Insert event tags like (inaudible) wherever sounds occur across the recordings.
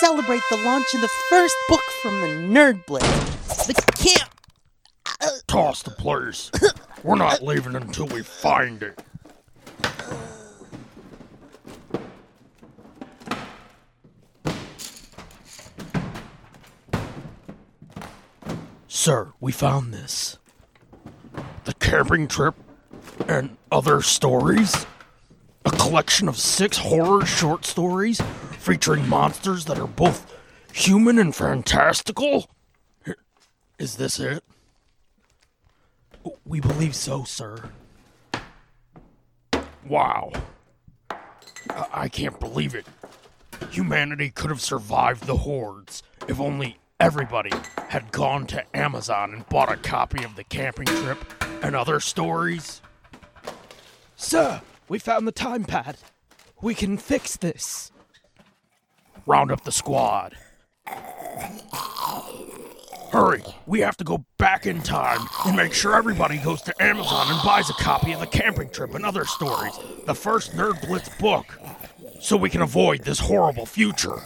celebrate the launch of the first book from the Nerd Blitz. The camp. Toss the place. We're not leaving until we find it. Sir, we found this. The camping trip and other stories? A collection of six horror short stories featuring monsters that are both human and fantastical? Is this it? We believe so, sir. Wow. I, I can't believe it. Humanity could have survived the hordes if only everybody had gone to Amazon and bought a copy of The Camping Trip and other stories. Sir, we found the time pad. We can fix this. Round up the squad. Hurry, we have to go back in time and make sure everybody goes to Amazon and buys a copy of The Camping Trip and other stories, the first Nerd Blitz book, so we can avoid this horrible future.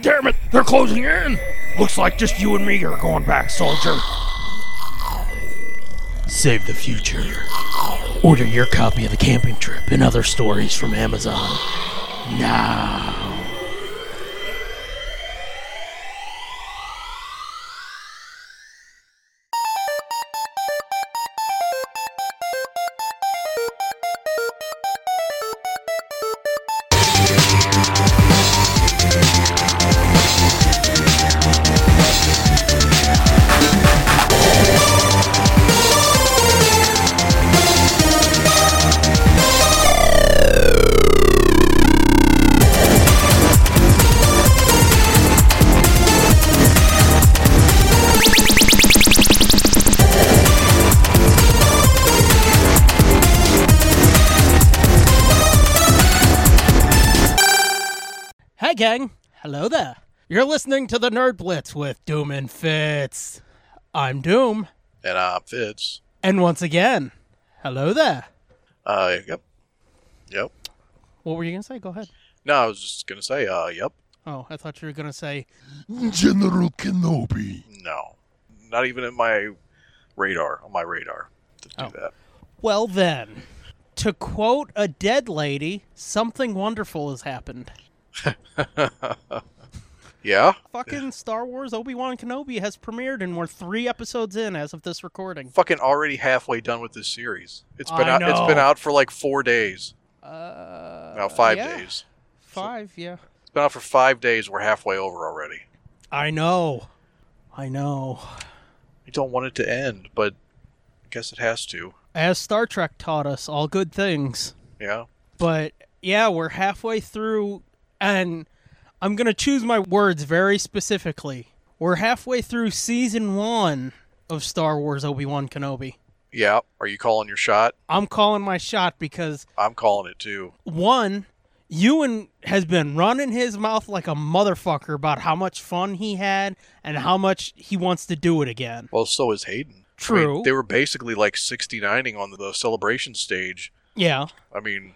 Damn it, they're closing in! Looks like just you and me are going back, soldier. Save the future. Order your copy of The Camping Trip and other stories from Amazon. Hey, gang. Hello there. You're listening to the Nerd Blitz with Doom and Fitz. I'm Doom. And I'm Fitz. And once again, hello there. Uh, yep. Yep. What were you going to say? Go ahead. No, I was just gonna say, uh, yep. Oh, I thought you were going to say, General Kenobi. No, not even in my radar. On my radar to do Oh. that. well then. To quote a dead lady, something wonderful has happened. Yeah. Fucking Star Wars Obi Wan Kenobi has premiered, and we're three episodes in as of this recording. Fucking already halfway done with this series. It's been I out. It's been know. out for like four days. Uh, Now five yeah. days. Five, yeah. It's been out for five days. We're halfway over already. I know. I know. I don't want it to end, but I guess it has to. As Star Trek taught us, all good things. Yeah. But yeah, we're halfway through, and I'm going to choose my words very specifically. We're halfway through season one of Star Wars Obi Wan Kenobi. Yeah. Are you calling your shot? I'm calling my shot because I'm calling it too. one, Ewan has been running his mouth like a motherfucker about how much fun he had and how much he wants to do it again. Well, so is Hayden. I mean, True. they were basically like 69ing on the celebration stage. Yeah. I mean,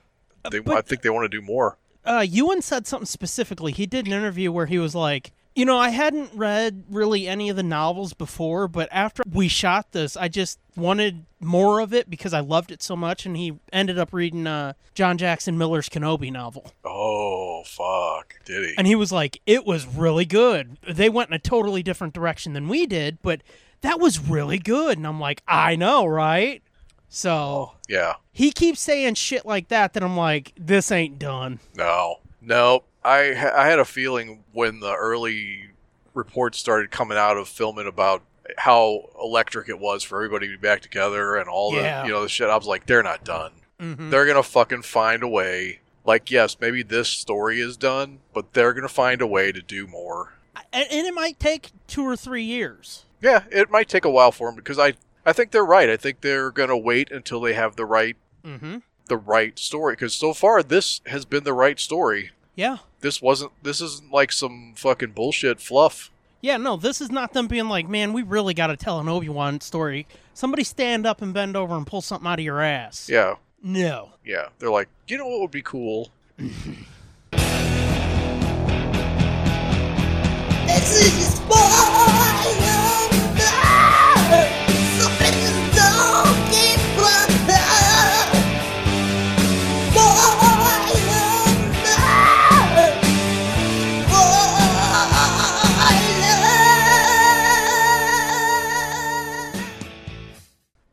they. I Uh, but- think they want to do more. Uh, Ewan said something specifically. He did an interview where he was like, you know, I hadn't read really any of the novels before, but after we shot this, I just wanted more of it because I loved it so much. And he ended up reading uh, John Jackson Miller's Kenobi novel. Oh fuck! Did he? And he was like, it was really good. They went in a totally different direction than we did, but that was really good. And I'm like, I know, right? So yeah. he keeps saying shit like that that I'm like, this ain't done. No. No. I ha- I had a feeling when the early reports started coming out of filming about how electric it was for everybody to be back together and all Yeah. the you know the shit. I was like, they're not done. Mm-hmm. They're gonna fucking find a way. Like, yes, maybe this story is done, but they're gonna find a way to do more. And, and it might take two or three years. Yeah, it might take a while for them because I I think they're right. I think they're gonna wait until they have the right Mm-hmm. the right story because so far this has been the right story. Yeah. This wasn't. This isn't like some fucking bullshit fluff. Yeah, no, this is not them being like, man, we really got to tell an Obi-Wan story. Somebody stand up and bend over and pull something out of your ass. Yeah, No. yeah. They're like, you know what would be cool?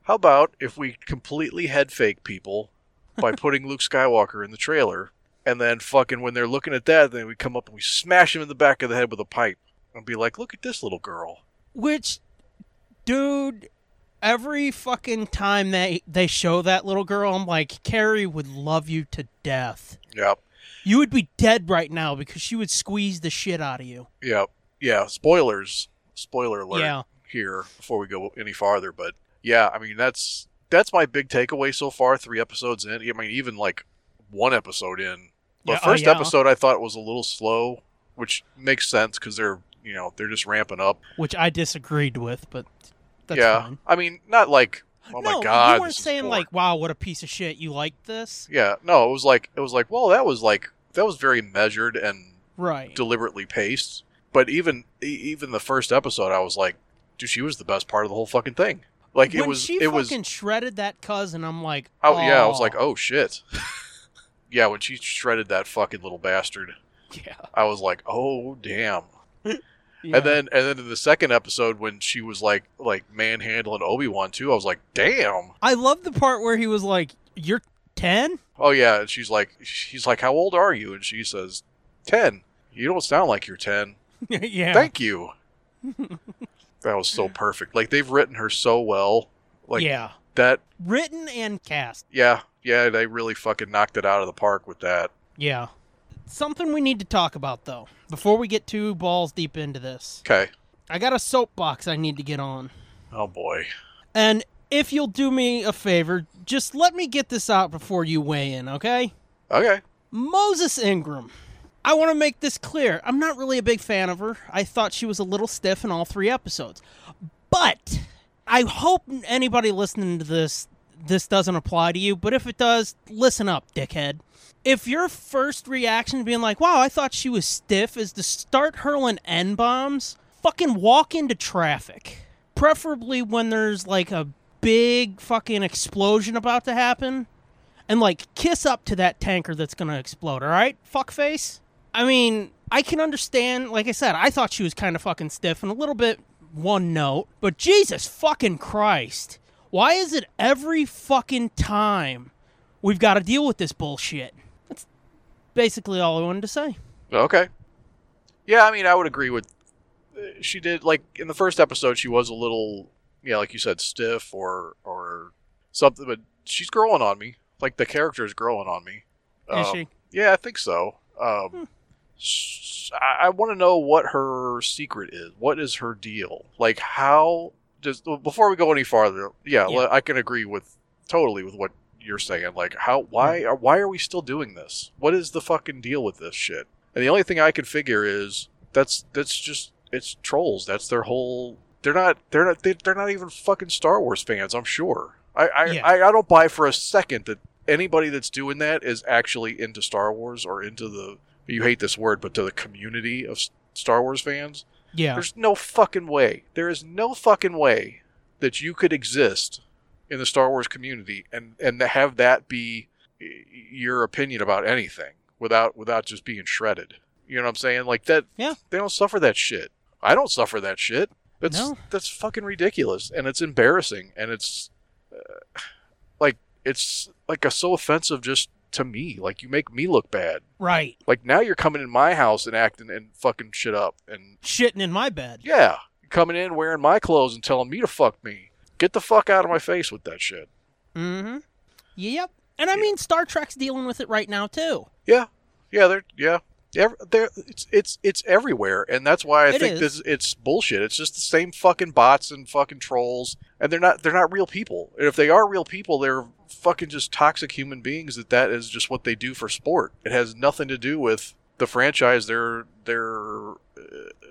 about if we completely head fake people by putting Luke Skywalker in the trailer, and then fucking when they're looking at that, then we come up and we smash him in the back of the head with a pipe and be like, "Look at this little girl." Which, dude, every fucking time they they show that little girl, I'm like, Carrie would love you to death. Yep. You would be dead right now because she would squeeze the shit out of you. Yeah, yeah. Spoilers, spoiler alert Yeah. here before we go any farther. But yeah, I mean that's that's my big takeaway so far. Three episodes in. I mean, even like one episode in. The Yeah, oh, first yeah. episode I thought was a little slow, which makes sense because they're you know they're just ramping up. Which I disagreed with, but that's yeah, fine. I mean not like oh no, my god. you this weren't is saying boring. like, "Wow, what a piece of shit." You like this, yeah. No, it was like it was like well that was like that was very measured and right? deliberately paced. But even e- even the first episode, I was like, dude, she was the best part of the whole fucking thing. Like when it was, she it fucking was. shredded that cousin, I'm like, Oh yeah, I was "Aw." like, oh shit. (laughs) yeah, when she shredded that fucking little bastard, yeah. I was like, oh damn. yeah. And then and then in the second episode, when she was like like manhandling Obi Wan too, I was like, damn. I love the part where he was like, "You're 10? Oh yeah, and she's like, she's like, how old are you? And she says, ten. You don't sound like you're ten. (laughs) yeah. (laughs) Thank you. that was so perfect. Like they've written her so well. Like yeah. that. Written and cast. Yeah, yeah. They really fucking knocked it out of the park with that. Yeah. Something we need to talk about though, before we get too balls deep into this. Okay. I got a soapbox I need to get on. Oh boy. And if you'll do me a favor, just let me get this out before you weigh in, okay? Okay. Moses Ingram. I want to make this clear. I'm not really a big fan of her. I thought she was a little stiff in all three episodes. But I hope anybody listening to this this doesn't apply to you, but if it does, listen up, dickhead. If your first reaction to being like, "Wow, I thought she was stiff," is to start hurling n-bombs, fucking walk into traffic. Preferably when there's like a big fucking explosion about to happen and like kiss up to that tanker that's gonna explode. All right, fuckface. I mean, I can understand. Like I said, I thought she was kind of fucking stiff and a little bit one note, but Jesus fucking Christ, why is it every fucking time we've got to deal with this bullshit? That's basically all I wanted to say. Okay. Yeah, I mean, I would agree with. uh, She did like in the first episode, she was a little, yeah, like you said, stiff or or something. But she's growing on me. Like the character is growing on me. Is Um, she? Hmm. Yeah, I think so. Um, s I I want to know what her secret is. What is her deal? Like, how does well, before we go any farther? Yeah, Yeah. I can agree with totally with what you're saying. Like, how why are why are we still doing this? What is the fucking deal with this shit? And the only thing I can figure is that's that's just it's trolls. That's their whole. They're not. They're not. They, they're not even fucking Star Wars fans. I'm sure. I I, Yeah. I I don't buy for a second that anybody that's doing that is actually into Star Wars or into the. You hate this word, but to the community of S- Star Wars fans. Yeah, There's no fucking way. There is no fucking way that you could exist in the Star Wars community and and to have that be y- your opinion about anything without without just being shredded. You know what I'm saying? Like that. Yeah. They don't suffer that shit. I don't suffer that shit. That's No. that's fucking ridiculous, and it's embarrassing, and it's uh, like it's like a, so offensive just to me. Like you make me look bad. right. Like now you're coming in my house and acting and fucking shit up, and Shitting in my bed. yeah, coming in wearing my clothes and telling me to fuck me. Get the fuck out of my face with that shit. Mm-hmm. Yep. And I mean, Star Trek's dealing with it right now too. Yeah, yeah, they're yeah, Ev- they're, it's it's it's everywhere, and that's why I It think is. this it's bullshit. It's just the same fucking bots and fucking trolls, and they're not they're not real people. And if they are real people, they're fucking just toxic human beings. That that is just what they do for sport. It has nothing to do with the franchise. They're they're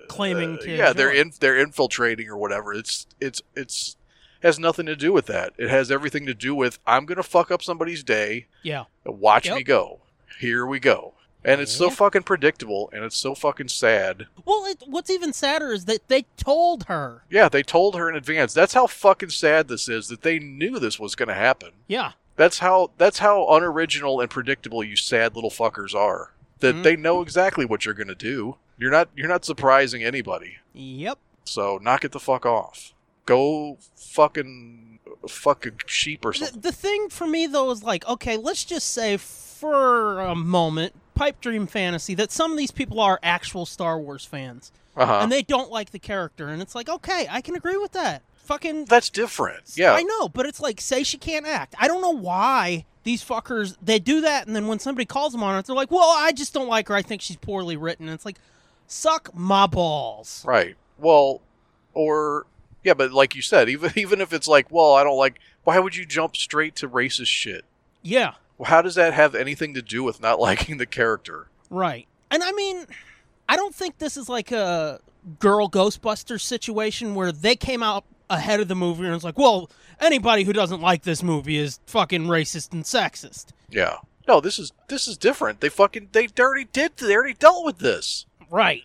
Claiming uh, to yeah they're enjoy. in, they're infiltrating or whatever it's it's it's has nothing to do with that it has everything to do with i'm gonna fuck up somebody's day Yeah. watch Yep. me go here we go and it's so Yeah. fucking predictable and it's so fucking sad Well, it, what's even sadder is that they told her. yeah they told her in advance that's how fucking sad this is that they knew this was gonna happen Yeah. that's how that's how unoriginal and predictable you sad little fuckers are that Mhm. they know exactly what you're gonna do you're not you're not surprising anybody Yep. so knock it the fuck off Go fucking fuck a sheep or The, something. the thing for me though is like, okay, let's just say for a moment, pipe dream fantasy that some of these people are actual Star Wars fans Uh huh. and they don't like the character, and it's like, okay, I can agree with that. Fucking That's different. Yeah. I know, but it's like say she can't act. I don't know why these fuckers they do that, and then when somebody calls them on it, they're like, "Well, I just don't like her. I think she's poorly written." And it's like, suck my balls. Right. Well, or yeah, but like you said, even (laughs) even if it's like, well, I don't like. Why would you jump straight to racist shit? Yeah, Well, How does that have anything to do with not (laughs) liking the character? right. And I mean, I don't think this is like a girl Ghostbusters situation where they came out ahead of the movie and it's like, "Well, anybody who doesn't like this movie is fucking racist and sexist." Yeah. No, this is this is different. They fucking they already did. They already dealt with this. Right.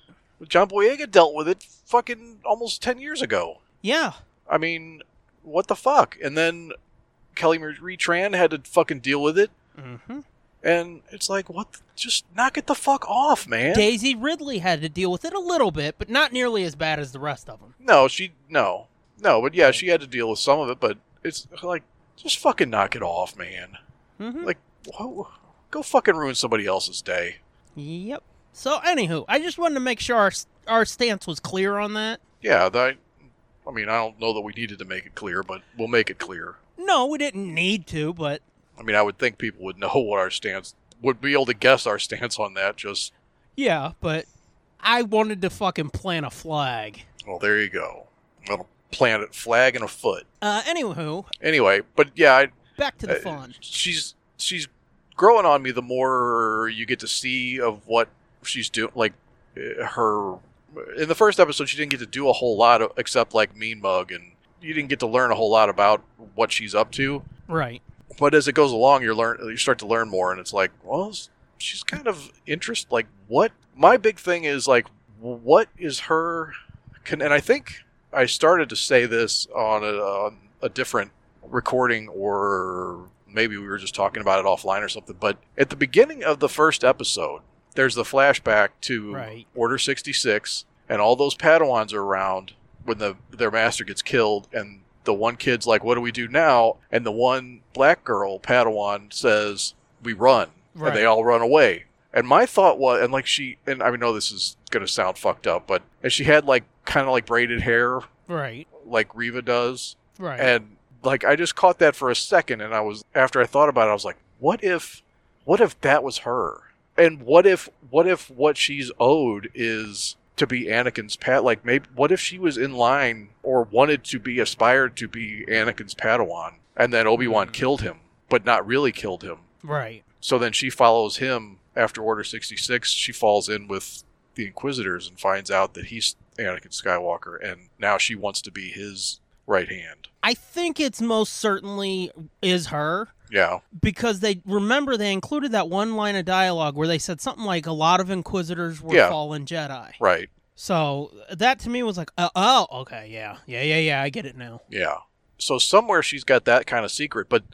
John Boyega dealt with it fucking almost ten years ago. Yeah. I mean, what the fuck? And then Kelly Marie Tran had to fucking deal with it, hmm and it's like, what? The, just knock it the fuck off, man. Daisy Ridley had to deal with it a little bit, but not nearly as bad as the rest of them. No, she no, no. But yeah, she had to deal with some of it. But it's like, just fucking knock it off, man. hmm Like, whoa, go fucking ruin somebody else's day. Yep. So, anywho, I just wanted to make sure our our stance was clear on that. Yeah, that. I mean, I don't know that we needed to make it clear, but we'll make it clear. No, we didn't need to, but I mean, I would think people would know (laughs) what our stance would be able to guess our stance on that. Just yeah, but I wanted to fucking plant a flag. well, there you go. Little planet flag and a foot. Uh, anywho, Anyway, but yeah, I, back to the Uh, fun. she's she's growing on me the more you get to see of what she's doing like uh, her in the first episode she didn't get to do a whole lot of, except like mean mug and you didn't get to learn a whole lot about what she's up to Right. but as it goes along you learn you start to learn more and it's like well s- she's kind of interest like what my big thing is like what is her con- and i think i started to say this on a, on a different recording or maybe we were just talking about it offline or something but at the beginning of the first episode there's the flashback to Right. order 66 and all those padawans are around when the their master gets killed and the one kid's like what do we do now and the one black girl padawan says we run Right. and they all run away and my thought was and like she and i know this is gonna sound fucked up but and she had like kind of like braided hair Right. like riva does Right. and like I just caught that for a second and I was after I thought about it I was like what if what if that was her and what if what if what she's owed is to be Anakin's pat like maybe what if she was in line or wanted to be aspired to be Anakin's Padawan and then Obi-Wan killed him but not really killed him right. so then she follows him after Order 66 she falls in with the Inquisitors and finds out that he's Anakin Skywalker and now she wants to be his right hand I think it's most certainly is her yeah because they remember they included that one line of dialogue where they said something like a lot of inquisitors were Yeah. fallen Jedi. Right. So that to me was like, uh, oh, okay, yeah, yeah, yeah, yeah. I get it now. Yeah. So somewhere she's got that kind of secret. But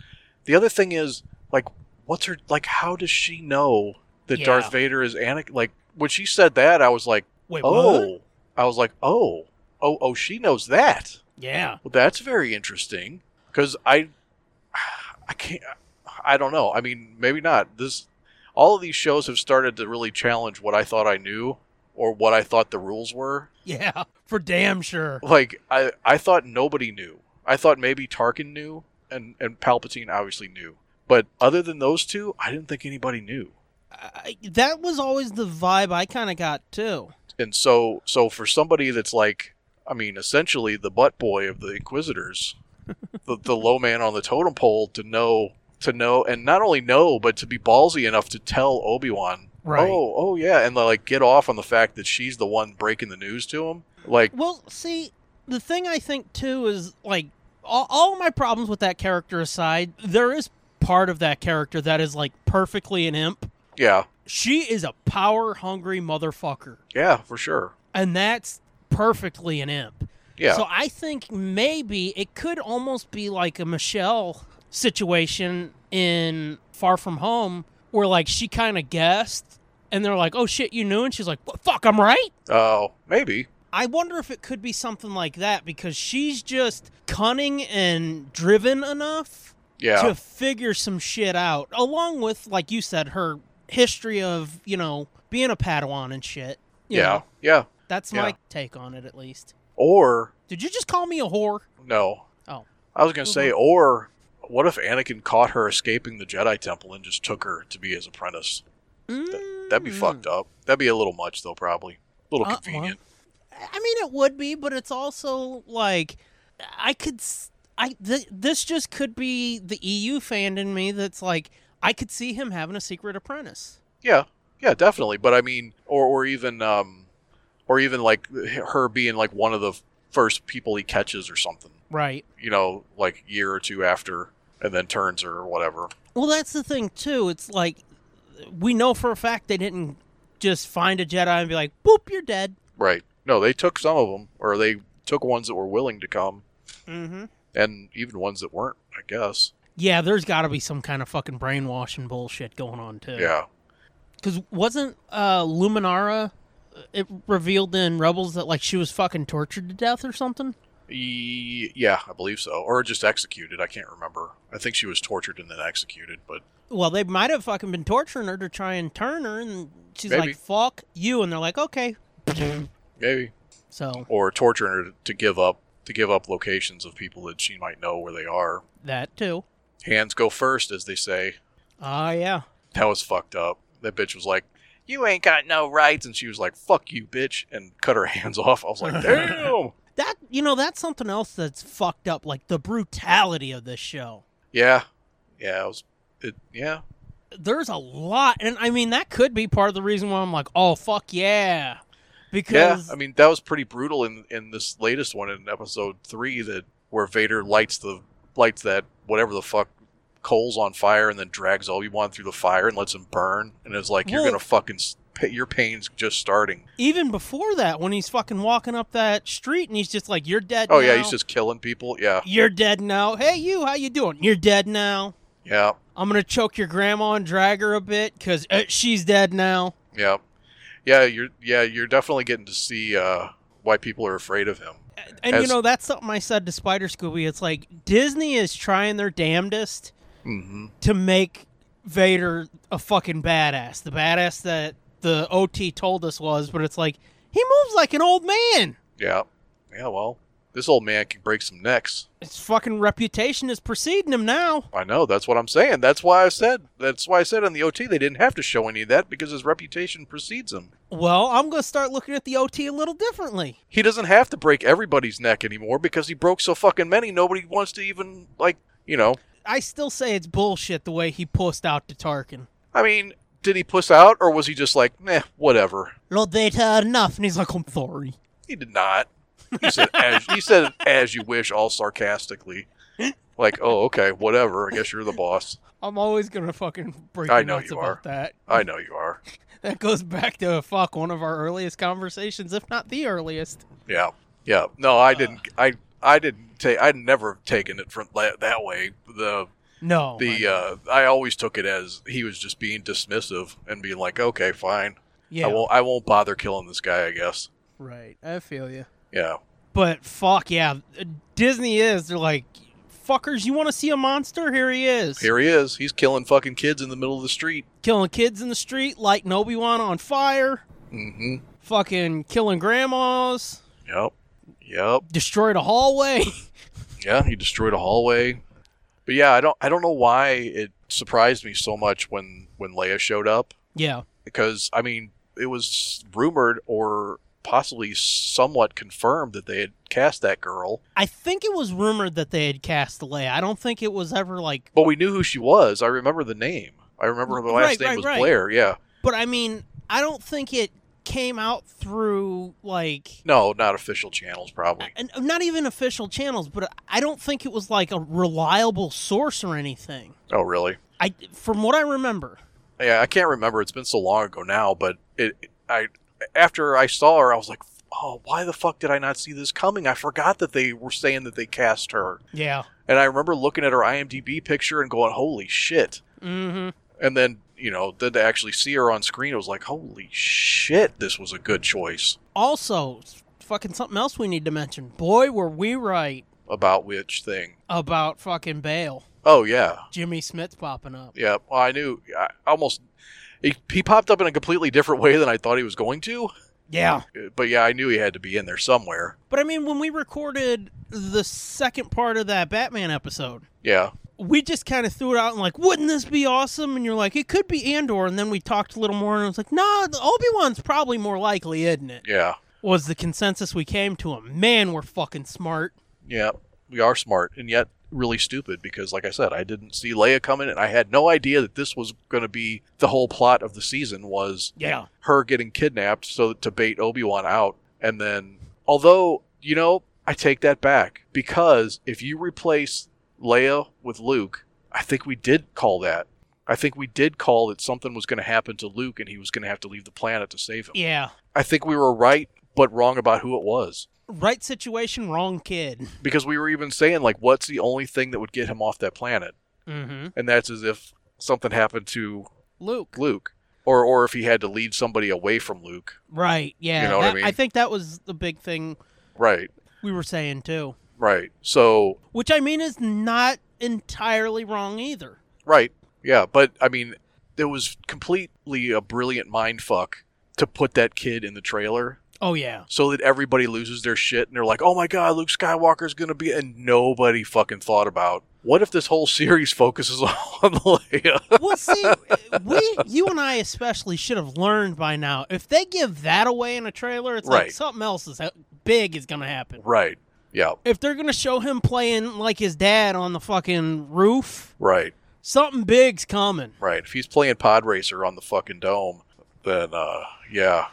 the other thing is, like, what's her like? How does she know that Yeah. Darth Vader is Anakin? Like when she said that, I was like, Wait, oh, what? I was like, oh, oh, oh, she knows that. Yeah, (laughs) Well, that's very interesting because I, I can't. I don't know. I mean, maybe not. This, all of these shows have started to really challenge what I thought I knew or what I thought the rules were. yeah, for damn sure. like I, I thought nobody knew. I thought maybe Tarkin knew and and Palpatine obviously knew. But other than those two, I didn't think anybody knew. I, that was always the vibe I kind of got too. And so so for somebody that's like I mean, essentially the butt boy of the (laughs) Inquisitors, the the low man on the totem pole to know to know and not only know, but to be ballsy enough to tell Obi Wan Right. Oh, oh yeah, and like get off on the fact that she's the one breaking the news to him. Like Well, see, the thing I think too is like all, all my problems with that character aside, there is part of that character that is like perfectly an imp. yeah, She is a power hungry motherfucker, yeah, for sure. and that's perfectly an imp. Yeah. So I think maybe it could almost be like a Michelle situation in Far From Home where like she kind of guessed and they're like, "Oh shit, you knew." And she's like, "What fuck, I'm right?" Oh, maybe. I wonder if it could be something like that because she's just cunning and driven enough Yeah. to figure some shit out, along with, like you said, her history of, you know, being a Padawan and shit. You yeah. know, Yeah. that's Yeah. my take on it, at least. Or Did you just call me a whore? no. Oh. I was gonna say, or what if Anakin caught her escaping the Jedi Temple and just took her to be his apprentice? That'd be Mm. fucked up. That'd be a little much though, probably. A little Uh, well. convenient. I mean, it would be, but it's also like I could, s- I th- this just could be the EU fan in me that's like I could see him having a secret apprentice. Yeah, yeah, definitely. But I mean, or or even um, or even like her being like one of the first people he catches or something. Right. You know, like year or two after, and then turns her or whatever. Well, that's the thing too. It's like we know for a fact they didn't just find a Jedi and be like, "Boop, you're dead." Right. No, they took some of them, or they took ones that were willing to come, Mm-hmm. and even ones that weren't. I guess. Yeah, there's got to be some kind of fucking brainwashing bullshit going on too. Yeah. Because wasn't uh, Luminara? uh, It revealed in Rebels that like she was fucking tortured to death or something. E- yeah, I believe so. Or just executed. I can't remember. I think she was tortured and then executed. But Well, they might have fucking been torturing her to try and turn her, and she's Maybe. like, "Fuck you," and they're like, "Okay." maybe So or torturing her to give up to give up locations of people that she might know where they are. that too. Hands go first, as they say. Ah, yeah. That was fucked up. That bitch was like, "You ain't got no rights," and she was like, "Fuck you, bitch," and cut her (laughs) hands off. I was like, "Damn." That you know, that's something else that's fucked up. Like the brutality of this show. yeah, yeah. It was. It, yeah, There's a lot, and I mean that could be part of the reason why I'm like, "Oh fuck yeah," yeah. because I mean, that was pretty brutal in in this latest one in episode three that where Vader lights the lights that whatever the fuck coals on fire and then drags Obi Wan through the fire and lets him burn and it's like you're Well- gonna fucking s- pa- your pain's just starting. even before that, when he's fucking walking up that street and he's just like, "You're dead." Oh yeah, now. he's just killing people. Yeah, "You're dead now." Hey, you, how you doing? You're dead now. yeah. I'm gonna choke your grandma and drag her a bit because uh, she's dead now. Yeah, yeah, you're yeah, you're definitely getting to see uh, why people are afraid of him. And As- you know that's something I said to Spider Scooby. It's like Disney is trying their damnedest Mm-hmm. to make Vader a fucking badass, the badass that the OT told us was. But it's like he moves like an old man. Yeah, yeah. Well, this old man can break some necks. His fucking reputation is preceding him now. I know. That's what I'm saying. That's why I said. That's why I said in the OT they didn't have to show any of that because his reputation precedes him. Well, I'm gonna start looking at the OT a little differently. He doesn't have to break everybody's neck anymore because he broke so fucking many. Nobody wants to even like you know. I still say it's bullshit the way he pussed out to Tarkin. I mean, did he puss out or was he just like, meh, whatever? No data enough, and he's like, I'm sorry. He did not. He said, as, he said, as you wish, all sarcastically. Like, oh, okay, whatever. I guess you're the boss. I'm always gonna fucking break I your know nuts you about are. that. I know you are. That goes back to fuck one of our earliest conversations, if not the earliest. Yeah, yeah. No, I didn't. I I didn't take. I'd never taken it from that, that way. The No, the uh, I always took it as he was just being dismissive and being like, okay, fine. yeah, I won't. I won't bother killing this guy. I guess. right. I feel you. Yeah. But fuck yeah, Disney is. They're like, fuckers, you want to see a monster? Here he is, Here he is. He's killing fucking kids in the middle of the street. killing kids in the street, lighting Obi Wan on fire, Mm-hmm. fucking killing grandmas, Yep. Yep. destroyed a hallway. (laughs) Yeah, he destroyed a hallway. But yeah, I don't I don't know why it surprised me so much when when Leia showed up yeah, because I mean, it was rumored or possibly somewhat confirmed that they had cast that girl, I think it was rumored that they had cast Leia. I don't think it was ever like but we knew who she was. I remember the name. I remember the Right, last name right, was right. Blair. Yeah. But I mean, I don't think it came out through like No, not official channels probably. and not even official channels, but I don't think it was like a reliable source or anything. Oh, really? I from what I remember. Yeah, I can't remember. It's been so long ago now, but it I after I saw her, I was like, "Oh, why the fuck did I not see this coming? I forgot that they were saying that they cast her." Yeah. And I remember looking at her IMDb picture and going, "Holy shit!" Mhm. And then you know, then to actually see her on screen, it was like, "Holy shit, this was a good choice." Also, fucking something else we need to mention. Boy, were we right About which thing? about fucking Bale. Oh yeah, Jimmy Smith popping up. yeah. Well, I knew. I almost. He, he popped up in a completely different way than I thought he was going to. Yeah. Uh, But yeah, I knew he had to be in there somewhere. But I mean, when we recorded the second part of that Batman episode, Yeah, we just kind of threw it out and like, wouldn't this be awesome? And you're like, it could be Andor. And then we talked a little more and I was like, nah, the Obi Wan's probably more likely, isn't it? yeah, Was the consensus we came to him. Man, we're fucking smart. yeah. We are smart and yet really stupid because, like I said, I didn't see Leia coming, and I had no idea that this was going to be the whole plot of the season was Yeah. her getting kidnapped so to bait Obi-Wan out and then although you know I take that back because if you replace Leia with Luke I think we did call that I think we did call that something was going to happen to Luke and he was going to have to leave the planet to save him Yeah. I think we were right but wrong about who it was Right situation, wrong kid. because we were even saying like what's the only thing that would get him off that planet Mm hmm. and that's as if something happened to Luke. Luke or or if he had to lead somebody away from Luke Right. Yeah. You know what I that- mean? think that was the big thing right we were saying too, right so which I mean is not entirely wrong either. Right. Yeah, but I mean, it was completely a brilliant mind fuck to put that kid in the trailer Oh yeah. so that everybody loses their shit and they're like, "Oh my god, Luke Skywalker's going to be" and nobody fucking thought about what if this whole series (laughs) focuses on Leia? Well, see, (laughs) we, you and I especially should have learned by now. If they give that away in a trailer, it's like Right. something else is ha- big is gonna happen. right. Yeah, If they're gonna show him playing like his dad on the fucking roof, right. something big's coming. Right. If he's playing Pod Racer on the fucking dome, then uh yeah.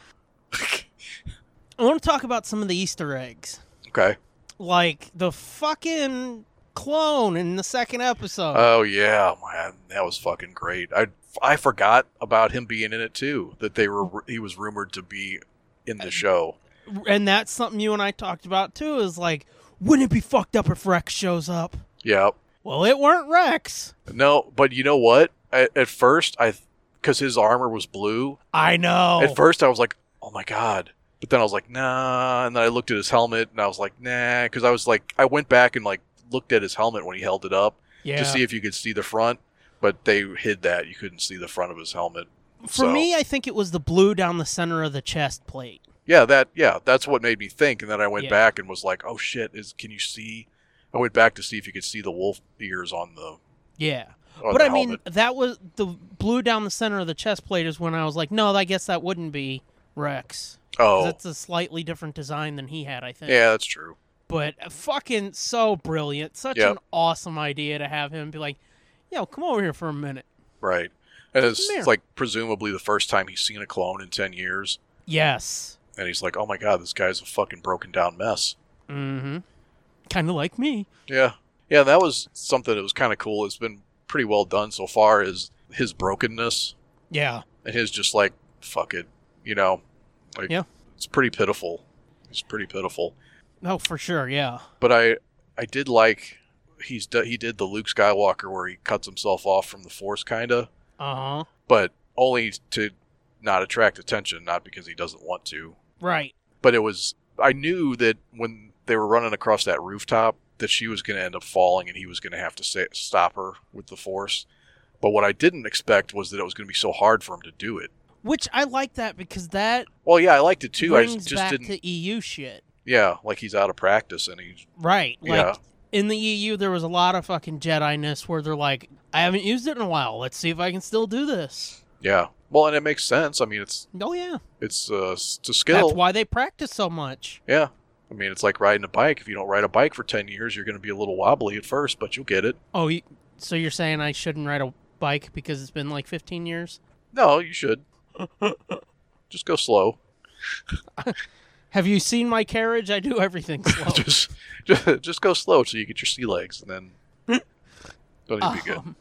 I want to talk about some of the Easter eggs, Okay. like the fucking clone in the second episode. Oh yeah, man, that was fucking great. I I forgot about him being in it too. That they were he was rumored to be in the show. and that's something you and I talked about too. Is like, wouldn't it be fucked up if Rex shows up? Yeah. Well, it weren't Rex. No, but you know what? At, at first, I because his armor was blue. I know. At first, I was like, oh my god. But then I was like, nah. And then I looked at his helmet and I was like, nah. Because I was like, I went back and like looked at his helmet when he held it up yeah. to see if you could see the front. But they hid that. You couldn't see the front of his helmet. For so- me, I think it was the blue down the center of the chest plate. Yeah, that yeah, that's what made me think, and then I went Yeah. back and was like, "Oh shit, is can you see?" I went back to see if you could see the wolf ears on the. On Yeah. the but I mean, helmet. that was the blue down the center of the chest plate is when I was like, no, I guess that wouldn't be Rex. 'Cause oh It's a slightly different design than he had, I think. yeah, that's true. But uh, fucking so brilliant. Such Yeah. an awesome idea to have him be like, yo, come over here for a minute. Right, and it's Come here. like presumably the first time he's seen a clone in ten years, Yes. and he's like, "Oh my god, this guy's a fucking broken down mess." Mm-hmm. Kind of like me. Yeah, yeah, that was something that was kind of cool. It's been pretty well done so far. Is his brokenness Yeah. and his just like fuck it, you know? Like, Yeah. it's pretty pitiful. It's pretty pitiful. Oh, for sure. Yeah. but I I did like he's do, he did the Luke Skywalker where he cuts himself off from the Force kinda, Uh huh. but only to not attract attention, not because he doesn't want to. Right. But it was I knew that when they were running across that rooftop that she was going to end up falling and he was going to have to sa stop her with the Force. But what I didn't expect was that it was going to be so hard for him to do it. Which I like that because that Well, yeah, I liked it too. I brings just back didn't. to EU shit. Yeah, like he's out of practice and he's Right. Like Yeah. in the EU, there was a lot of fucking Jedi ness where they're like, I haven't used it in a while. Let's see if I can still do this. yeah. Well, and it makes sense. I mean, it's Oh yeah, it's uh, it's a skill. that's why they practice so much. Yeah. I mean, it's like riding a bike. If you don't ride a bike for 10 years, you're going to be a little wobbly at first, but you'll get it. Oh, you, so you're saying I shouldn't ride a bike because it's been like 15 years? No, (laughs) you should. Just go slow. Have you seen my carriage? I do (laughs) everything slow. just, just just go slow so you get your sea legs and then (laughs) don't even be good. Um,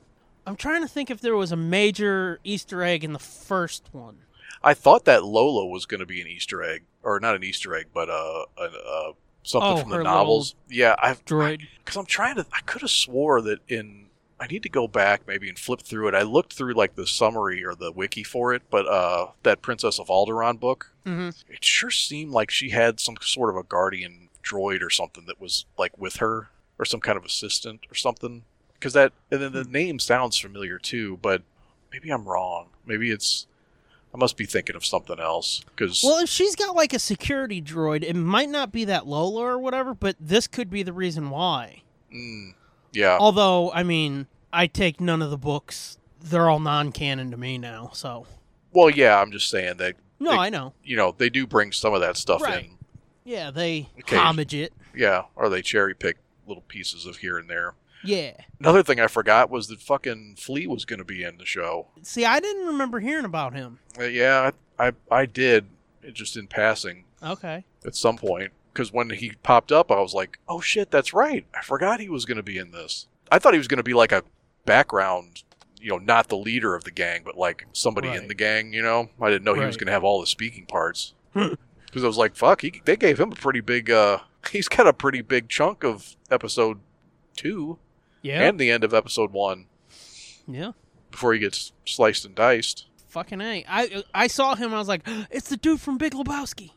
I'm trying to think if there was a major Easter egg in the first one. I thought that Lola was going to be an Easter egg or not an Easter egg, but uh, an, uh something Oh, from the her novels. Yeah, I Droid. cuz I'm trying to I could have swore that in I need to go back maybe and flip through it. I looked through like the summary or the wiki for it, but uh, that Princess of Alderaan book, Mhm. it sure seemed like she had some sort of a guardian droid or something that was like with her or some kind of assistant or something. Because that, and then the Hmm. name sounds familiar too, but maybe I'm wrong. Maybe it's, I must be thinking of something else. Because Well, if she's got like a security droid, it might not be that Lola or whatever, but this could be the reason why. hmm, yeah, Although, I mean, I take none of the books. They're all non canon to me now, so. well, yeah, I'm just saying that No, They- I know. you know they do bring some of that stuff Right. in Yeah, they Okay. homage it. Yeah, or they cherry pick little pieces of here and there. Yeah. Another thing I forgot was that fucking Flea was going to be in the show. See, I didn't remember hearing about him. Uh, yeah, I I did it just in passing Okay. at some point because when he popped up, I was like, oh shit, that's right. I forgot he was going to be in this. I thought he was going to be like a background, you know, not the leader of the gang, but like somebody in Right. the gang. You know, I didn't know he was Right. going to have all the (laughs) speaking parts because I was like, fuck, he, they gave him a pretty big. uh (laughs) He's got a pretty big chunk of episode two. Yeah. and the end of episode one yeah. before he gets sliced and diced. Fucking A. I I saw him. I was like, (gasps) it's the dude from Big Lebowski.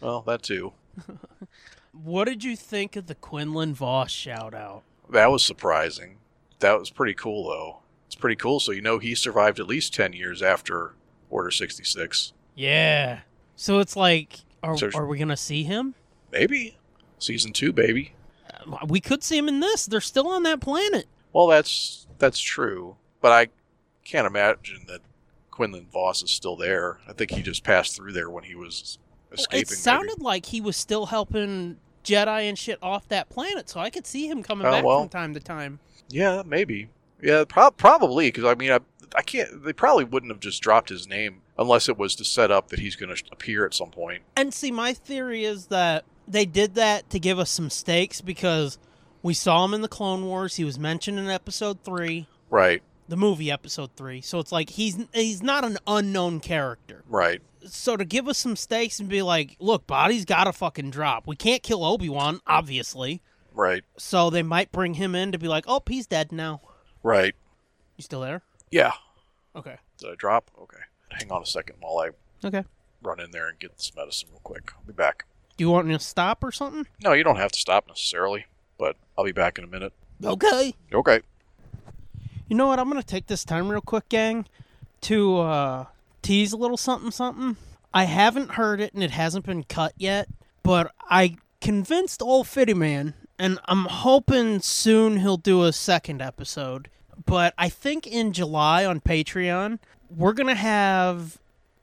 Well, that too. What did you think of the Quinlan Voss shout out? That was surprising. That was pretty cool, though. It's pretty cool. So you know he survived at least ten years after Order sixty six. Yeah. So it's like, are, So- are we going to see him? Maybe season two, baby. Uh, We could see him in this. They're still on that planet. Well, that's that's true, but I can't imagine that Quinlan Voss is still there. I think he just passed through there when he was escaping. it sounded like he was still helping Jedi and shit off that planet, so I could see him coming Oh, back well. from time to time. Yeah, maybe. Yeah, prob probably because I mean, I, I can't. They probably wouldn't have just dropped his name unless it was to set up that he's going to appear at some point. And see, my theory is that they did that to give us some stakes because we saw him in the Clone Wars. He was mentioned in Episode Three, Right, the movie Episode Three. So it's like he's he's not an unknown character. right. So to give us some stakes and be like, look, body's got to fucking drop. We can't kill Obi Wan, obviously. Right, So they might bring him in to be like, oh, he's dead now. right. You still there? Yeah. Okay. Did I drop? Okay. Hang on a second while I Okay. run in there and get this medicine real quick. I'll be back. Do you want me to stop or something? No, you don't have to stop necessarily, but I'll be back in a minute. Okay. Okay. You know what? I'm gonna take this time real quick, gang, to uh, tease a little something something. I haven't heard it and it hasn't been cut yet, but I convinced old Fitty Man, and I'm hoping soon he'll do a second episode. But I think in July on Patreon, we're gonna have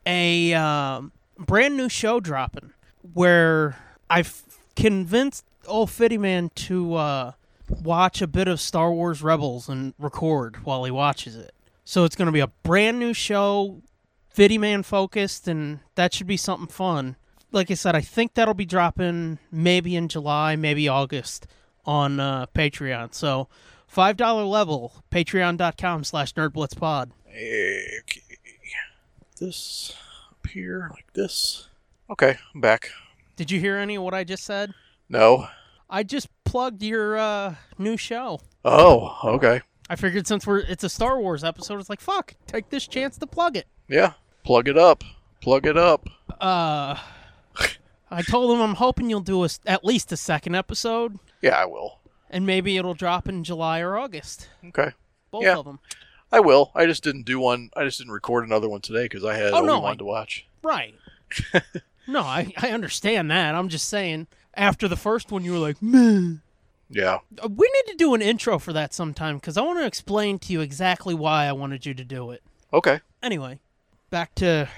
a um brand new show dropping where I've convinced old Fitty Man to uh, watch a bit of Star Wars Rebels and record while he watches it. So it's going to be a brand new show, Fitty Man focused, and that should be something fun. Like I said, I think that'll be dropping maybe in July, maybe August on uh, Patreon. So $5 level, patreon.com slash nerdblitzpod. Okay. This up here, like this. Okay, I'm back. Did you hear any of what I just said? No. I just plugged your uh, new show. Oh, okay. I figured since we're it's a Star Wars episode, it's like fuck, take this chance to plug it. Yeah. Plug it up. Plug it up. Uh, I told him I'm hoping you'll do a, at least a second episode, Yeah, I will. and maybe it'll drop in July or August, Okay. both Yeah. of them. I will. I just didn't do one. I just didn't record another one today because I had Oh, only no, one I- to watch. Right. (laughs) no, I, I understand that. I'm just saying. After the first one, you were like, Meh. Yeah. Uh, we need to do an intro for that sometime because I want to explain to you exactly why I wanted you to do it. Okay. Anyway, back to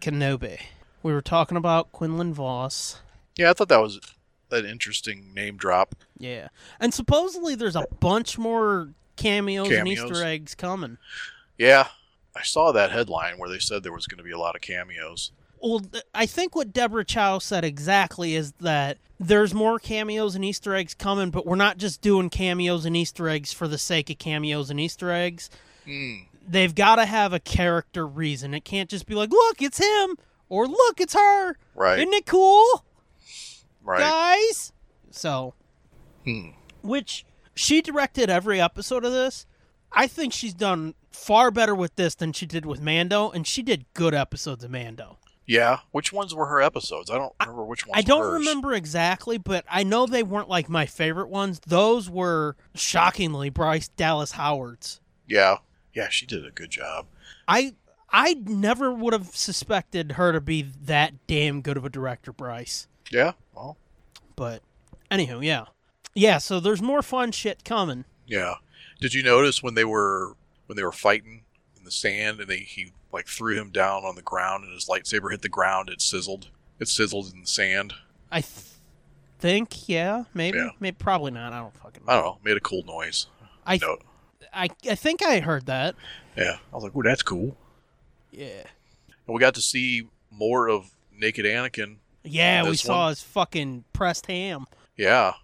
Kenobi. We were talking about Quinlan Voss. Yeah, I thought that was an interesting name drop. Yeah. And supposedly there's a bunch more cameos, and Cameos. Easter eggs coming. Yeah. I saw that headline where they said there was going to be a lot of cameos. Well, th- I think what Deborah Chow said exactly is that there's more cameos and Easter eggs coming, but we're not just doing cameos and Easter eggs for the sake of cameos and Easter eggs. Hmm. They've got to have a character reason. It can't just be like, look, it's him, or look, it's her. Right. Isn't it cool? Right. guys. So, which She directed every episode of this. I think she's done far better with this than she did with Mando, and she did good episodes of Mando. Yeah. Which ones were her episodes? I don't remember which ones. I don't were hers. remember exactly, but I know they weren't like my favorite ones. Those were shockingly Bryce Dallas Howard's. Yeah. Yeah, she did a good job. I I never would have suspected her to be that damn good of a director, Bryce. Yeah. Well. But anywho, yeah. Yeah, so there's more fun shit coming. Yeah. Did you notice when they were when they were fighting in the sand and they he like threw him down on the ground and his lightsaber hit the ground? It sizzled. It sizzled in the sand. I th- think, yeah, maybe, Yeah. maybe, probably not. I don't fucking know. I don't know. Made a cool noise. I, No. I, I think I heard that. Yeah. I was like, "Ooh, that's cool." Yeah. And we got to see more of naked Anakin. Yeah, we This saw one? his fucking pressed ham. Yeah.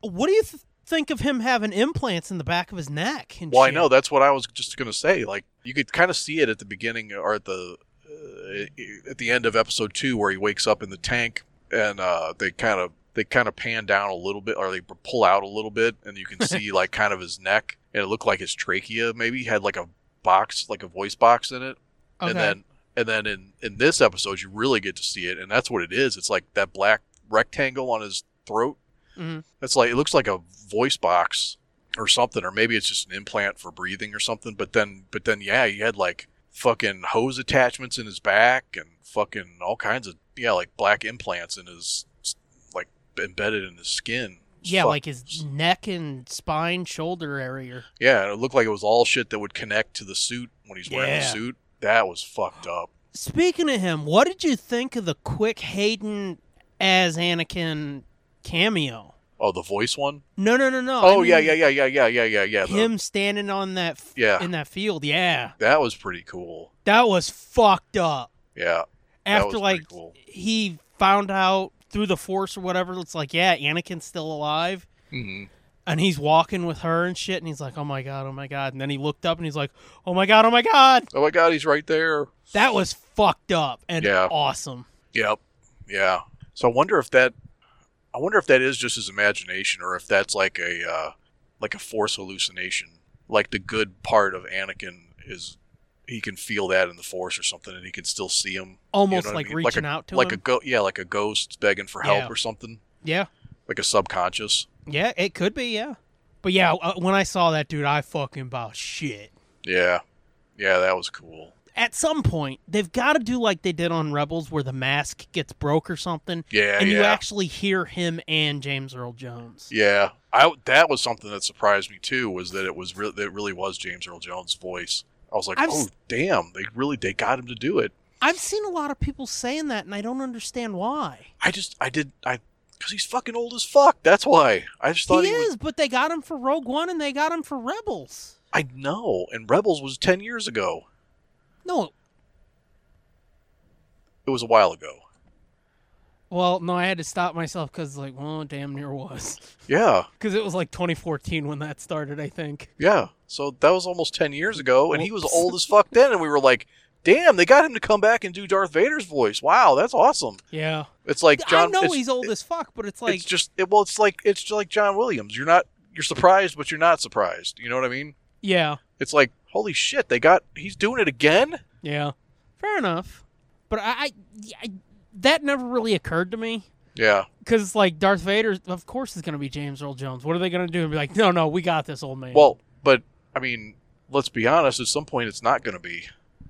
What do you th- think of him having implants in the back of his neck? And Well, I shit? know that's what I was just gonna say. Like you could kind of see it at the beginning or at the uh, at the end of episode two, where he wakes up in the tank, and uh, they kind of they kind of pan down a little bit, or they pull out a little bit, and you can see like kind of his neck, and it looked like his trachea maybe had like a box, like a voice box in it, Okay. and then and then in in this episode you really get to see it, and that's what it is. It's like that black rectangle on his throat. Mhm. That's like it looks like a voice box or something, or maybe it's just an implant for breathing or something. But then, but then, yeah, he had like fucking hose attachments in his back and fucking all kinds of yeah, like black implants in his like embedded in his skin. yeah, Fuck. like his neck and spine, shoulder area. yeah, and it looked like it was all shit that would connect to the suit when he's wearing the Yeah. suit. That was fucked up. Speaking of him, what did you think of the quick Hayden as Anakin cameo? Oh, the voice one. No, no, no, no. I Oh yeah, mean, yeah, yeah, yeah, yeah, yeah, yeah, yeah. the- Him standing on that, f- Yeah. in that field. Yeah, that was pretty cool. that was fucked up. Yeah, That was After pretty like cool. he found out through the Force or whatever, it's like yeah, Anakin's still alive, Mhm. and he's walking with her and shit, and he's like, oh my god, oh my god, and then he looked up and he's like, oh my god, oh my god, Oh my god, he's right there. that was fucked up and Yeah. awesome. Yep. Yeah. So I wonder if that I wonder if that is just his imagination or if that's like a uh, like a force hallucination. Like the good part of Anakin is he can feel that in the force or something and he can still see him. Almost what I like mean? Like reaching a- out to like him. a go yeah, like a ghost begging for help Yeah. or something. yeah, Like a subconscious. yeah, it could be, yeah. But yeah, uh, when I saw that dude, I fucking about shit. Yeah. Yeah, that was cool. At some point, they've got to do like they did on Rebels, where the mask gets broke or something, Yeah, and yeah. you actually hear him and James Earl Jones. yeah. I that was something that surprised me too was that it was re- that it really was James Earl Jones' voice. I was like, I've "Oh, s- damn. They really they got him to do it." I've seen a lot of people saying that, and I don't understand why. I just I did I because he's fucking old as fuck. That's why I just He, thought he, is, was. but they got him for Rogue One, and they got him for Rebels. I know. And Rebels was ten years ago. No, It was a while ago. well, no, I had to stop myself because, like, well, damn near was (laughs) Yeah, because it was like 2014 when that started, I think. yeah. So that was almost ten years ago, and he was Whoops. old as fuck then. And we were like, "Damn, they got him to come back and do Darth Vader's voice. Wow, that's awesome." Yeah, It's like John. I know it's, he's old as fuck, but it's like, it's just it, well, it's like it's like John Williams. You're not you're surprised, but you're not surprised. You know what I mean? yeah, It's like holy shit, they got he's doing it again. yeah, fair enough. But I, I, I that never really occurred to me Yeah, because, like, Darth Vader, of course, is going to be James Earl Jones. What are they going to do? And be like, no, no, we got this, old man. Well, but I mean, let's be honest. At some point, it's not going to be.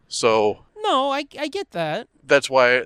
So no, I, I get that. that's why uh,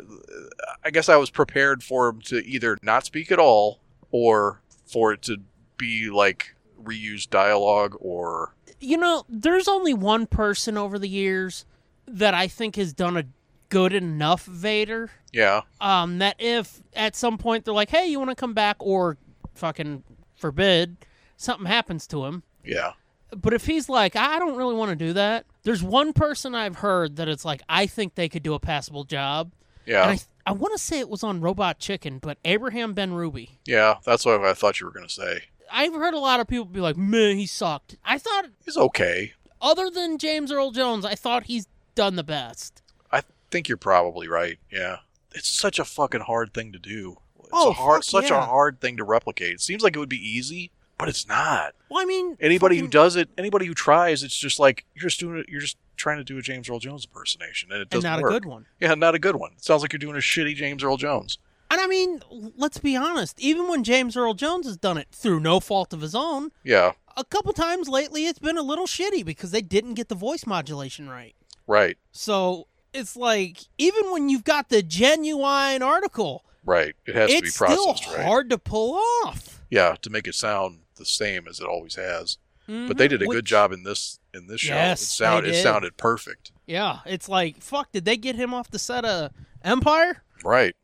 I guess I was prepared for him to either not speak at all, or for it to be like reused dialogue, or you know, there's only one person over the years that I think has done a good enough Vader. yeah, Um, that if at some point they're like, "Hey, you want to come back?" or fucking forbid something happens to him. yeah, But if he's like, "I I don't really want to do that," there's one person I've heard that it's like, I think they could do a passable job. And yeah, I I want to say it was on Robot Chicken, but Abraham Ben Ruby. yeah. That's what I thought you were going to say. I've heard a lot of people be like, "Man, he sucked." I thought, He's okay. other than James Earl Jones, I thought he's done the best. I think you're probably right. Yeah, it's such a fucking hard thing to do. It's Oh, a hard, fuck such a yeah. hard thing to replicate. It seems like it would be easy, but it's not. Well, I mean, Anybody who fucking- does it, anybody who tries, it's just like you're just doing it. You're just trying to do a James Earl Jones impersonation, and it and doesn't not work. a good one. Yeah, not a good one. It sounds like you're doing a shitty James Earl Jones. And I mean, l- let's be honest. Even when James Earl Jones has done it through no fault of his own, Yeah, a couple times lately it's been a little shitty because they didn't get the voice modulation right. right, So it's like even when you've got the genuine article, right. It has to be it's still processed right. hard to pull off. Yeah, to make it sound the same as it always has. Mhm. But they did a Which- good job in this in this show. Yes, it sounded they did. it sounded perfect. Yeah, it's like fuck. Did they get him off the set of Empire? Right.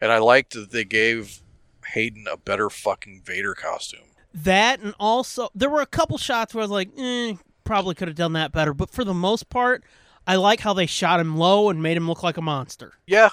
And I liked that they gave Hayden a better fucking Vader costume. That and also there were a couple shots where I was like, eh, probably could have done that better. But for the most part, I like how they shot him low and made him look like a monster. Yeah.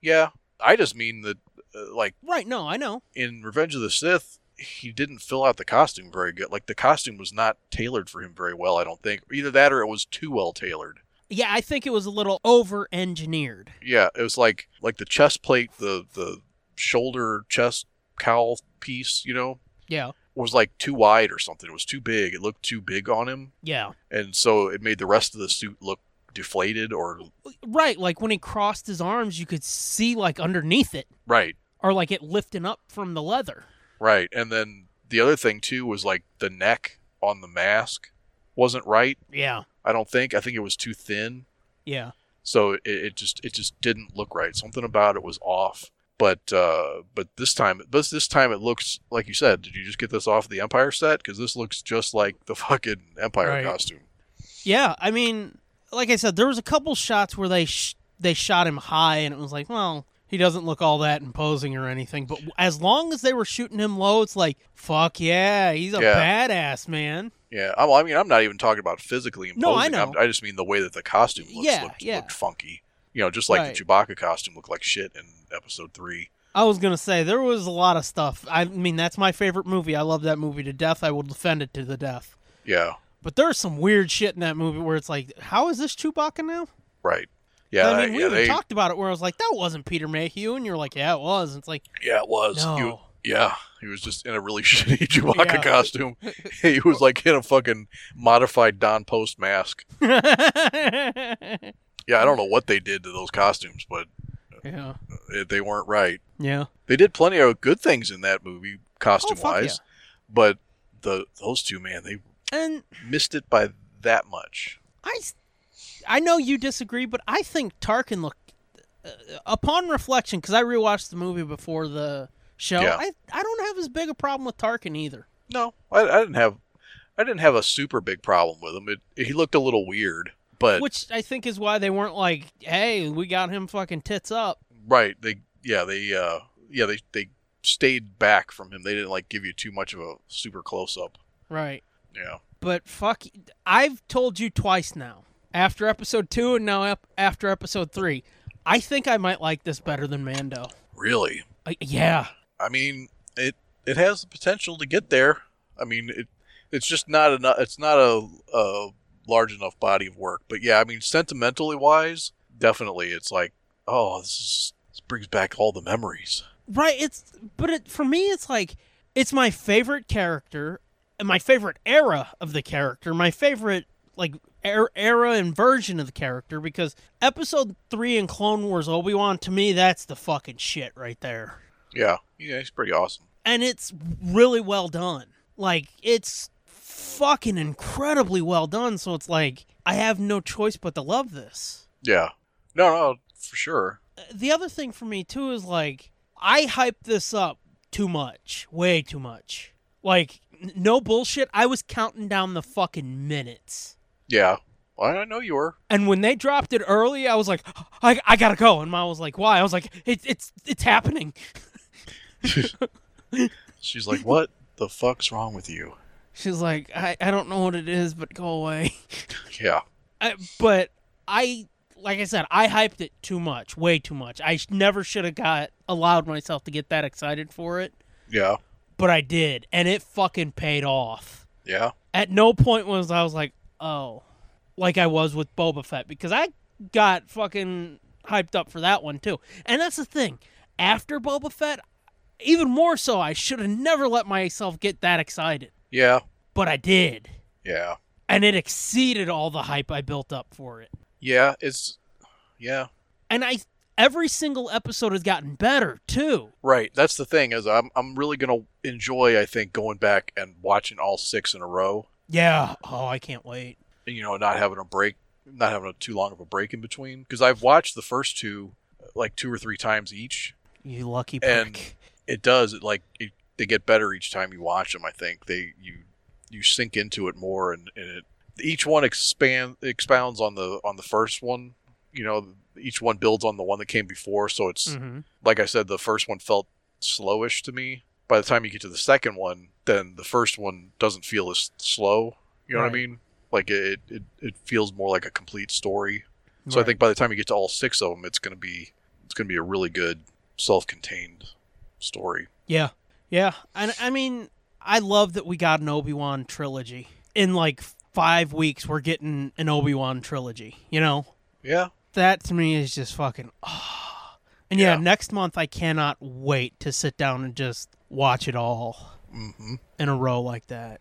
Yeah. I just mean that uh, like Right? No, I know. in Revenge of the Sith, he didn't fill out the costume very good. Like the costume was not tailored for him very well, I don't think. Either that or it was too well tailored. Yeah, I think it was a little over engineered. Yeah, it was like like the chest plate, the the shoulder chest cowl piece, you know, Yeah, was like too wide or something. It was too big. It looked too big on him, yeah. and so it made the rest of the suit look deflated or Right, like when he crossed his arms, you could see like underneath it, right, or like it lifting up from the leather. right. And then the other thing too was like the neck on the mask wasn't right. Yeah, I don't think. I think it was too thin, yeah. so it, it just it just didn't look right. Something about it was off. But uh, but this time, but this time it looks like you said. Did you just get this off the Empire set? Because this looks just like the (laughs) fucking Empire Right. costume. Yeah, I mean, like I said, there was a couple shots where they sh- they shot him high, and it was like, well, he doesn't look all that imposing or anything. But as long as they were shooting him low, it's like, fuck yeah, he's a Yeah. badass man. Yeah, I, I mean, I'm not even talking about physically imposing. No, I I'm- know. I just mean the way that the costume looks Yeah, looked, yeah. looked funky. You know, just like Right. the Chewbacca costume looked like shit in Episode Three. I was gonna say there was a lot of stuff. I mean, that's my favorite movie. I love that movie to death. I will defend it to the death. Yeah, But there's some weird shit in that movie where it's like, how is this Chewbacca now? right. Yeah, I mean, we yeah, even they- talked about it where I was like, that wasn't Peter Mayhew, and you're like, yeah, it was. And it's like, (laughs) yeah, it was. No. He wa- yeah, he was just in a really (laughs) shitty Chewbacca Yeah. (laughs) costume. he was like in a fucking modified Don Post mask. yeah, Yeah, I don't know what they did to those costumes, but uh, they weren't right. yeah, They did plenty of good things in that movie, costume Oh, fuck wise, but the those two man, they and missed it by that much. I, s- I know you disagree, but I think Tarkin looked, uh, upon reflection, because I rewatched the movie before the show. Yeah. I I don't have as big a problem with Tarkin either. No, I, I didn't have, I didn't have a super big problem with him. It, he looked a little weird, but Which I think is why they weren't like, hey, we got him fucking tits up. right, they, yeah, they, uh, yeah, they, they stayed back from him. They didn't like give you too much of a super close up. Right. Yeah, But fuck, I've told you twice now. After episode two and now ep- after episode three, I think I might like this better than Mando. really. I, yeah, I mean, it, it has the potential to get there. I mean, it, it's just not enough. It's not a, a large enough body of work. But yeah, I mean, sentimentally wise, definitely, it's like, oh, this is. This brings back all the memories. right. It's but it, for me, it's like it's my favorite character and my favorite era of the character, my favorite like er- era and version of the character because episode three in Clone Wars Obi Wan to me that's the fucking shit right there. Yeah, yeah, he's pretty awesome. and it's really well done. Like it's fucking incredibly well done. So it's like I have no choice but to love this. Yeah. No, no, for sure. Uh, The other thing for me too is like I hyped this up too much, way too much. Like n- no bullshit, I was counting down the fucking minutes. Yeah. Well, I know you were. And when they dropped it early, I was like, (gasps) I, I gotta go. And Ma was like, why? I was like, it, it's it's happening. (laughs) She's like, what the fuck's wrong with you? She's like, I, I don't know what it is, but go away. (laughs) Yeah. I, but I, like I said, I hyped it too much, way too much. I sh- never should have got allowed myself to get that excited for it, Yeah. but I did, and it fucking paid off. Yeah. At no point was I was like, oh, like I was with Boba Fett because I got fucking hyped up for that one too. And that's the thing, after Boba Fett, even more so, I should have never let myself get that excited. Yeah. but I did. Yeah. And it exceeded all the hype I built up for it. Yeah. It's. Yeah. And I every single episode has gotten better too. Right. That's the thing is I'm I'm really gonna enjoy I think going back and watching all six in a row. Yeah. Oh, I can't wait. You know, not having a break, not having a too long of a break in between because I've watched the first two like two or three times each. You lucky prick. And- It does. It like it, they get better each time you watch them. I think they you you sink into it more and, and it each one expand expounds on the on the first one. You know, each one builds on the one that came before, so it's hmm like I said, the first one felt slowish to me. By the time you get to the second one, then the first one doesn't feel as slow. You know what I Right. mean? Like it, it, it feels more like a complete story. So I think by the time you get to all six of them, it's gonna be it's gonna be a really good self-contained story. Yeah. Yeah. And I mean, I love that we got an Obi Wan trilogy. In like five weeks, we're getting an Obi Wan trilogy. You know, Yeah, that to me is just fucking. And yeah, Yeah. next month I cannot wait to sit down and just watch it all hmm in a row like that.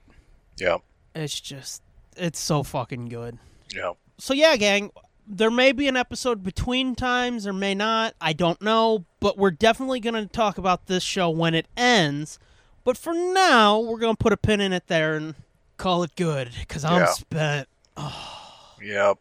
yeah, It's just, it's so fucking good. yeah. So yeah, gang, there may be an episode between times, there may not. I don't know, but we're definitely going to talk about this show when it ends. But for now, we're going to put a pin in it there and call it good because I'm Yeah. spent. (laughs) Yeah.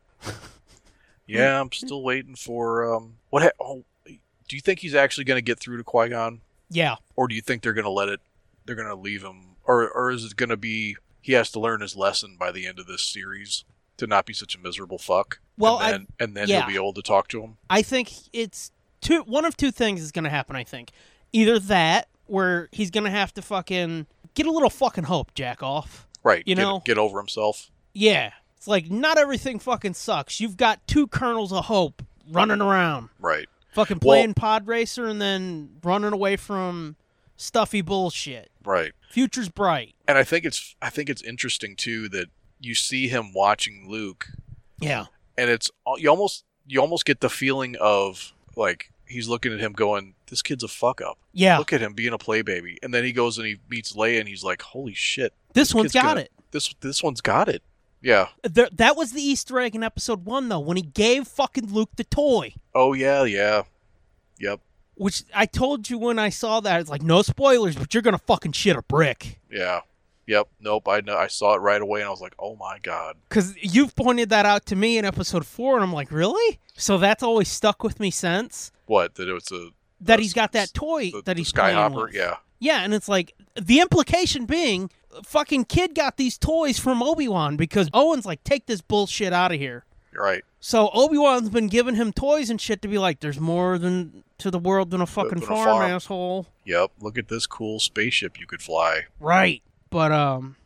Yeah, I'm still waiting for um what ha- oh, do you think he's actually going to get through to Qui-Gon Yeah, or do you think they're going to let it they're going to leave him or or is it going to be he has to learn his lesson by the end of this series to not be such a miserable fuck Well, I- and then, and then yeah. he'll be able to talk to him I think it's two. One of two things is going to happen. I think either that, where he's going to have to fucking get a little fucking hope, jack off. right You get, know- get over himself Yeah, it's like not everything fucking sucks. You've got two kernels of hope running around. right fucking Well- playing pod racer and then running away from stuffy bullshit right future's bright and i think it's i think it's interesting too that you see him watching luke yeah and it's al- you almost you almost get the feeling of like he's looking at him going this kid's a fuck up yeah look at him being a playbaby and then he goes and he meets leia and he's like holy shit this one's kid's got gonna- it this this one's got it yeah There, that was the easter egg in episode one though when he gave fucking luke the toy Oh yeah, yeah, yep, which i told you when i saw that it's like no spoilers but you're gonna fucking shit a brick yeah, yep. Nope, I know. I saw it right away, and I was like, oh my god, because you've pointed that out to me in episode four and i'm like really so that's always stuck with me since what? That it was a that That's- he's got that toy the, that the he's playing skyhopper. with. Yeah, Yeah, and it's like the implication being fucking kid got these toys from Obi-Wan because Owen's like take this bullshit out of here. you're right. So Obi-Wan's been giving him toys and shit to be like there's more than to the world than a fucking than a farm, farm." asshole. Yep. Look at this cool spaceship you could fly. Right. But um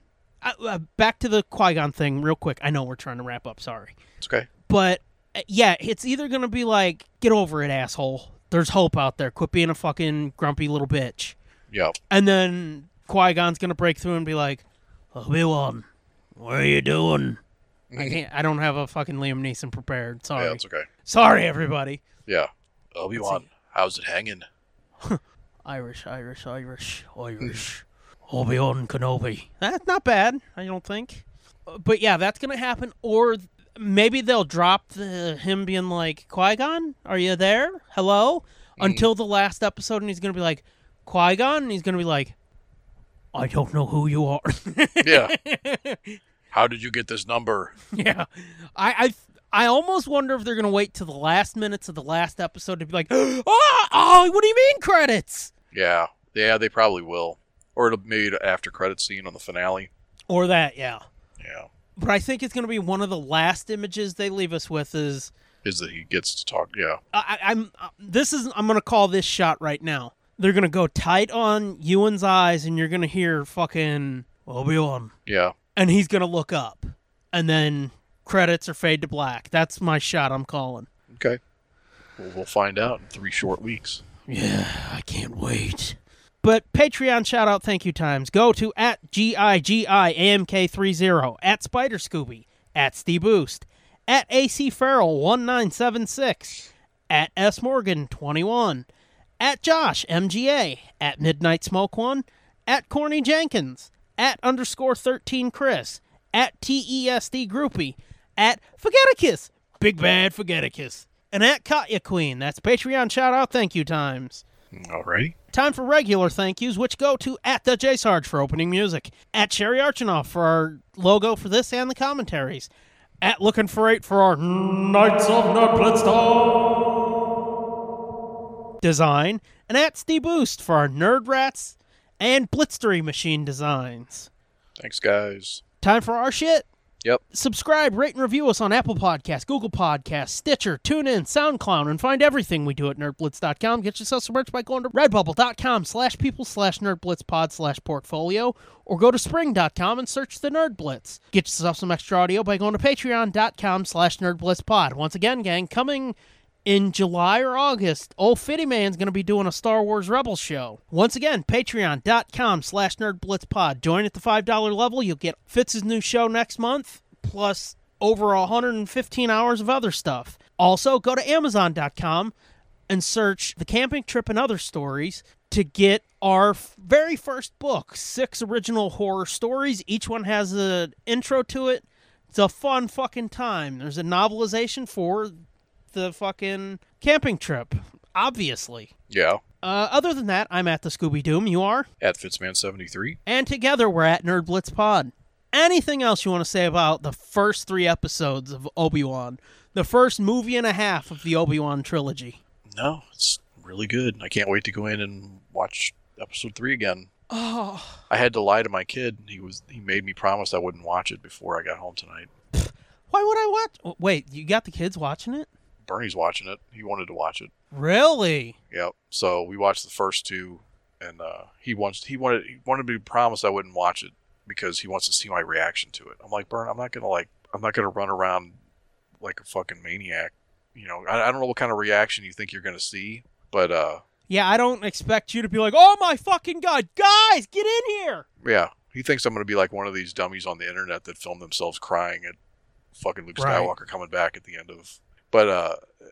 I, uh, back to the Qui-Gon thing real quick. I know we're trying to wrap up, sorry. It's okay. But uh, yeah, it's either going to be like get over it asshole. There's hope out there. Quit being a fucking grumpy little bitch. Yep. And then Qui Gon's gonna break through and be like, Obi Wan, what are you doing? (laughs) I can't. I don't have a fucking Liam Neeson prepared. Sorry. Yeah, it's okay. Sorry, everybody. Yeah. Obi Wan, how's it (laughs) hanging? Irish, Irish, Irish, Irish. Obi Wan Kenobi. That's Eh, not bad. I don't think. Uh, But yeah, that's gonna happen. Or th- maybe they'll drop the him being like, Qui Gon, are you there? Hello. Until the last episode, and he's gonna be like, Qui Gon, and he's gonna be like, I don't know who you are. (laughs) Yeah. How did you get this number? Yeah, I, I, I almost wonder if they're gonna wait to the last minutes of the last episode to be like, (gasps) oh, oh what do you mean credits? Yeah. Yeah, they probably will. Or it'll maybe an after credit scene on the finale. Or that, yeah. Yeah. But I think it's gonna be one of the last images they leave us with is Is that he gets to talk? Yeah. I, I- I'm uh, this is I'm gonna call this shot right now. They're gonna go tight on Ewan's eyes, and you're gonna hear fucking Obi Wan, Yeah. and he's gonna look up, and then credits are fade to black. That's my shot. I'm calling. Okay. Well, we'll find out in three short weeks. Yeah, I can't wait. But Patreon shout out thank you times. Go to at GIGIAMK30, at Spider Scooby, at Steve Boost, at AC Farrell 1976, at S Morgan 21, at Josh MGA, at Midnight Smoke One, at Corny Jenkins, at underscore 13 Chris, at TESD Groupie, at Forgeticus, Big Bad Forgeticus, and at Katya Queen. That's Patreon shout out thank you times. Alrighty. Time for regular thank yous, which go to at the J Sarge for opening music, at Sherry Archinoff for our logo for this and the commentaries, at Looking for Eight for our Knights of Nerdblitzdom design, and at Steve Boost for our Nerd Rats and Blitzery machine designs. Thanks, guys. Time for our shit. Yep. Subscribe, rate, and review us on Apple Podcasts, Google Podcasts, Stitcher, TuneIn, SoundCloud, and find everything we do at nerdblitz.com. Get yourself some merch by going to redbubble.com slash people slash nerdblitzpod slash portfolio or go to spring.com and search the Nerd Blitz. Get yourself some extra audio by going to patreon.com slash nerdblitzpod. Once again, gang, coming in July or August, old Fitty Man's going to be doing a Star Wars Rebels show. Once again, patreon.com slash nerdblitzpod. Join at the $5 level. You'll get Fitz's new show next month, plus over 115 hours of other stuff. Also, go to amazon.com and search The Camping Trip and Other Stories to get our f- very first book, six original horror stories. Each one has an intro to it. It's a fun fucking time. There's a novelization for the fucking camping trip, obviously. Yeah. Uh, other than that, I'm at the Scooby Doom. You are, At Fitzman73. and together we're at Nerd Blitz Pod. Anything else you want to say about the first three episodes of Obi Wan, the first movie and a half of the Obi Wan trilogy? No, it's really good. I can't wait to go in and watch episode three again. Oh, I had to lie to my kid. He was he made me promise I wouldn't watch it before I got home tonight. why would I watch? oh, Wait, you got the kids watching it? Bernie's watching it. He wanted to watch it. Really? Yep. So we watched the first two, and uh, he wants he wanted he wanted me to promise I wouldn't watch it because he wants to see my reaction to it. I'm like, Bern, I'm not gonna like I'm not gonna run around like a fucking maniac. You know, I, I don't know what kind of reaction you think you're gonna see, but uh, Yeah, I don't expect you to be like, "Oh my fucking god, guys, get in here!" yeah, he thinks I'm gonna be like one of these dummies on the internet that film themselves crying at fucking Luke Right. Skywalker coming back at the end of. But uh, uh,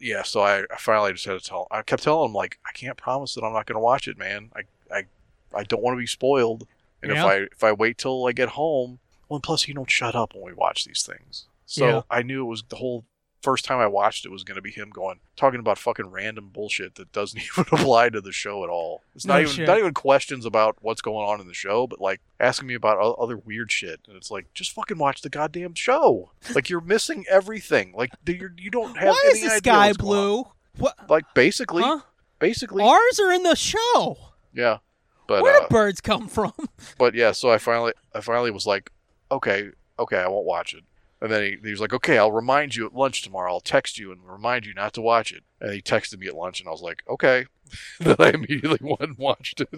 yeah, so I, I finally just had to tell. I kept telling him like, I can't promise that I'm not going to watch it, man. I I, I don't want to be spoiled. And Yeah. if I if I wait till I get home, well, and plus you don't shut up when we watch these things. So Yeah. I knew it was the whole first time I watched it was going to be him going talking about fucking random bullshit that doesn't (laughs) even apply to the show at all. It's not No even shit. not even questions about what's going on in the show, but like asking me about o- other weird shit. And it's like just fucking watch the goddamn show. Like you're missing everything. Like do- you're, you don't have Why any is the idea sky what's going on. blue? What? Like basically, Huh? basically, Ours are in the show. yeah. But Where uh, do birds come from? but yeah, so I finally, I finally was like, okay, okay, I won't watch it. And then he, he was like, okay, I'll remind you at lunch tomorrow. I'll text you and remind you not to watch it. And he texted me at lunch, and I was like, okay. (laughs) then I immediately (laughs) went and watched it.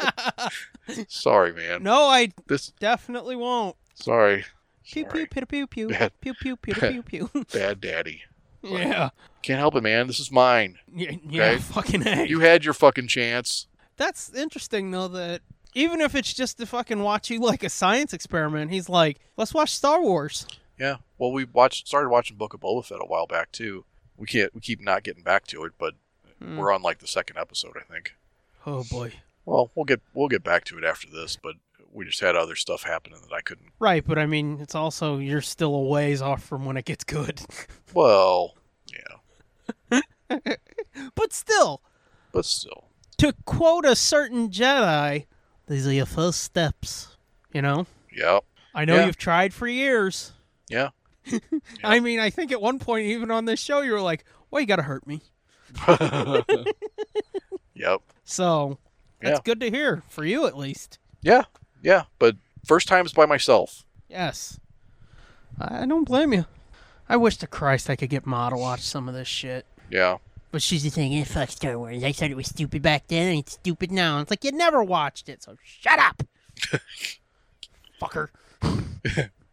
(laughs) sorry, man. no, I This definitely won't. sorry, Pew pew Sorry. pew pew (laughs) pew Bad. pew pew pew pew (laughs) pew. bad daddy. (laughs) Yeah, Can't help it, man. This is mine. yeah, yeah Okay. fucking a. You had your fucking chance. That's interesting though. That even if it's just to fucking watch you like a science experiment, he's like, let's watch Star Wars. Yeah. Well, we watched started watching Book of Boba Fett a while back too. We can't. We keep not getting back to it, but Hmm. we're on like the second episode, I think. Oh boy. Well, we'll get we'll get back to it after this, but we just had other stuff happening that I couldn't. Right, but I mean, it's also you're still a ways off from when it gets good. (laughs) Well, yeah, but still, but still, to quote a certain Jedi, these are your first steps. You know, yeah, I know Yeah. you've tried for years. yeah. I mean, I think at one point, even on this show, you were like, "Why you gotta hurt me?" yep, So that's Yeah. good to hear for you, at least. yeah, yeah. But first times by myself. Yes, I I don't blame you. I wish to Christ I could get Ma to watch some of this shit, Yeah, but she's just saying, "Eh, "Fuck Star Wars." I said it was stupid back then, and it's stupid now. And it's like you never watched it, so shut up, fucker.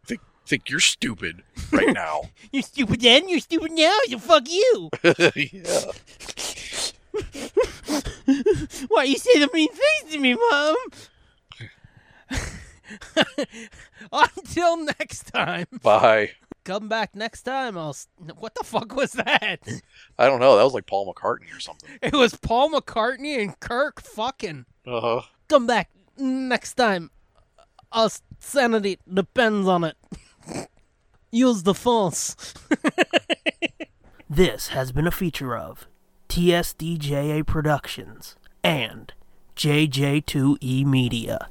think think you're stupid right now. You're stupid then, you're stupid now, so fuck you. yeah, Why you say the mean things to me, Mom? (laughs) Until next time. (laughs) bye. Come back next time. I'll. s- What the fuck was that? I don't know. That was (laughs) like Paul McCartney or something. It was Paul McCartney and Kirk fucking. Uh huh. Come back Next time, our sanity depends on it. (laughs) Use the force. This has been a feature of TSDJA Productions and JJ2E Media.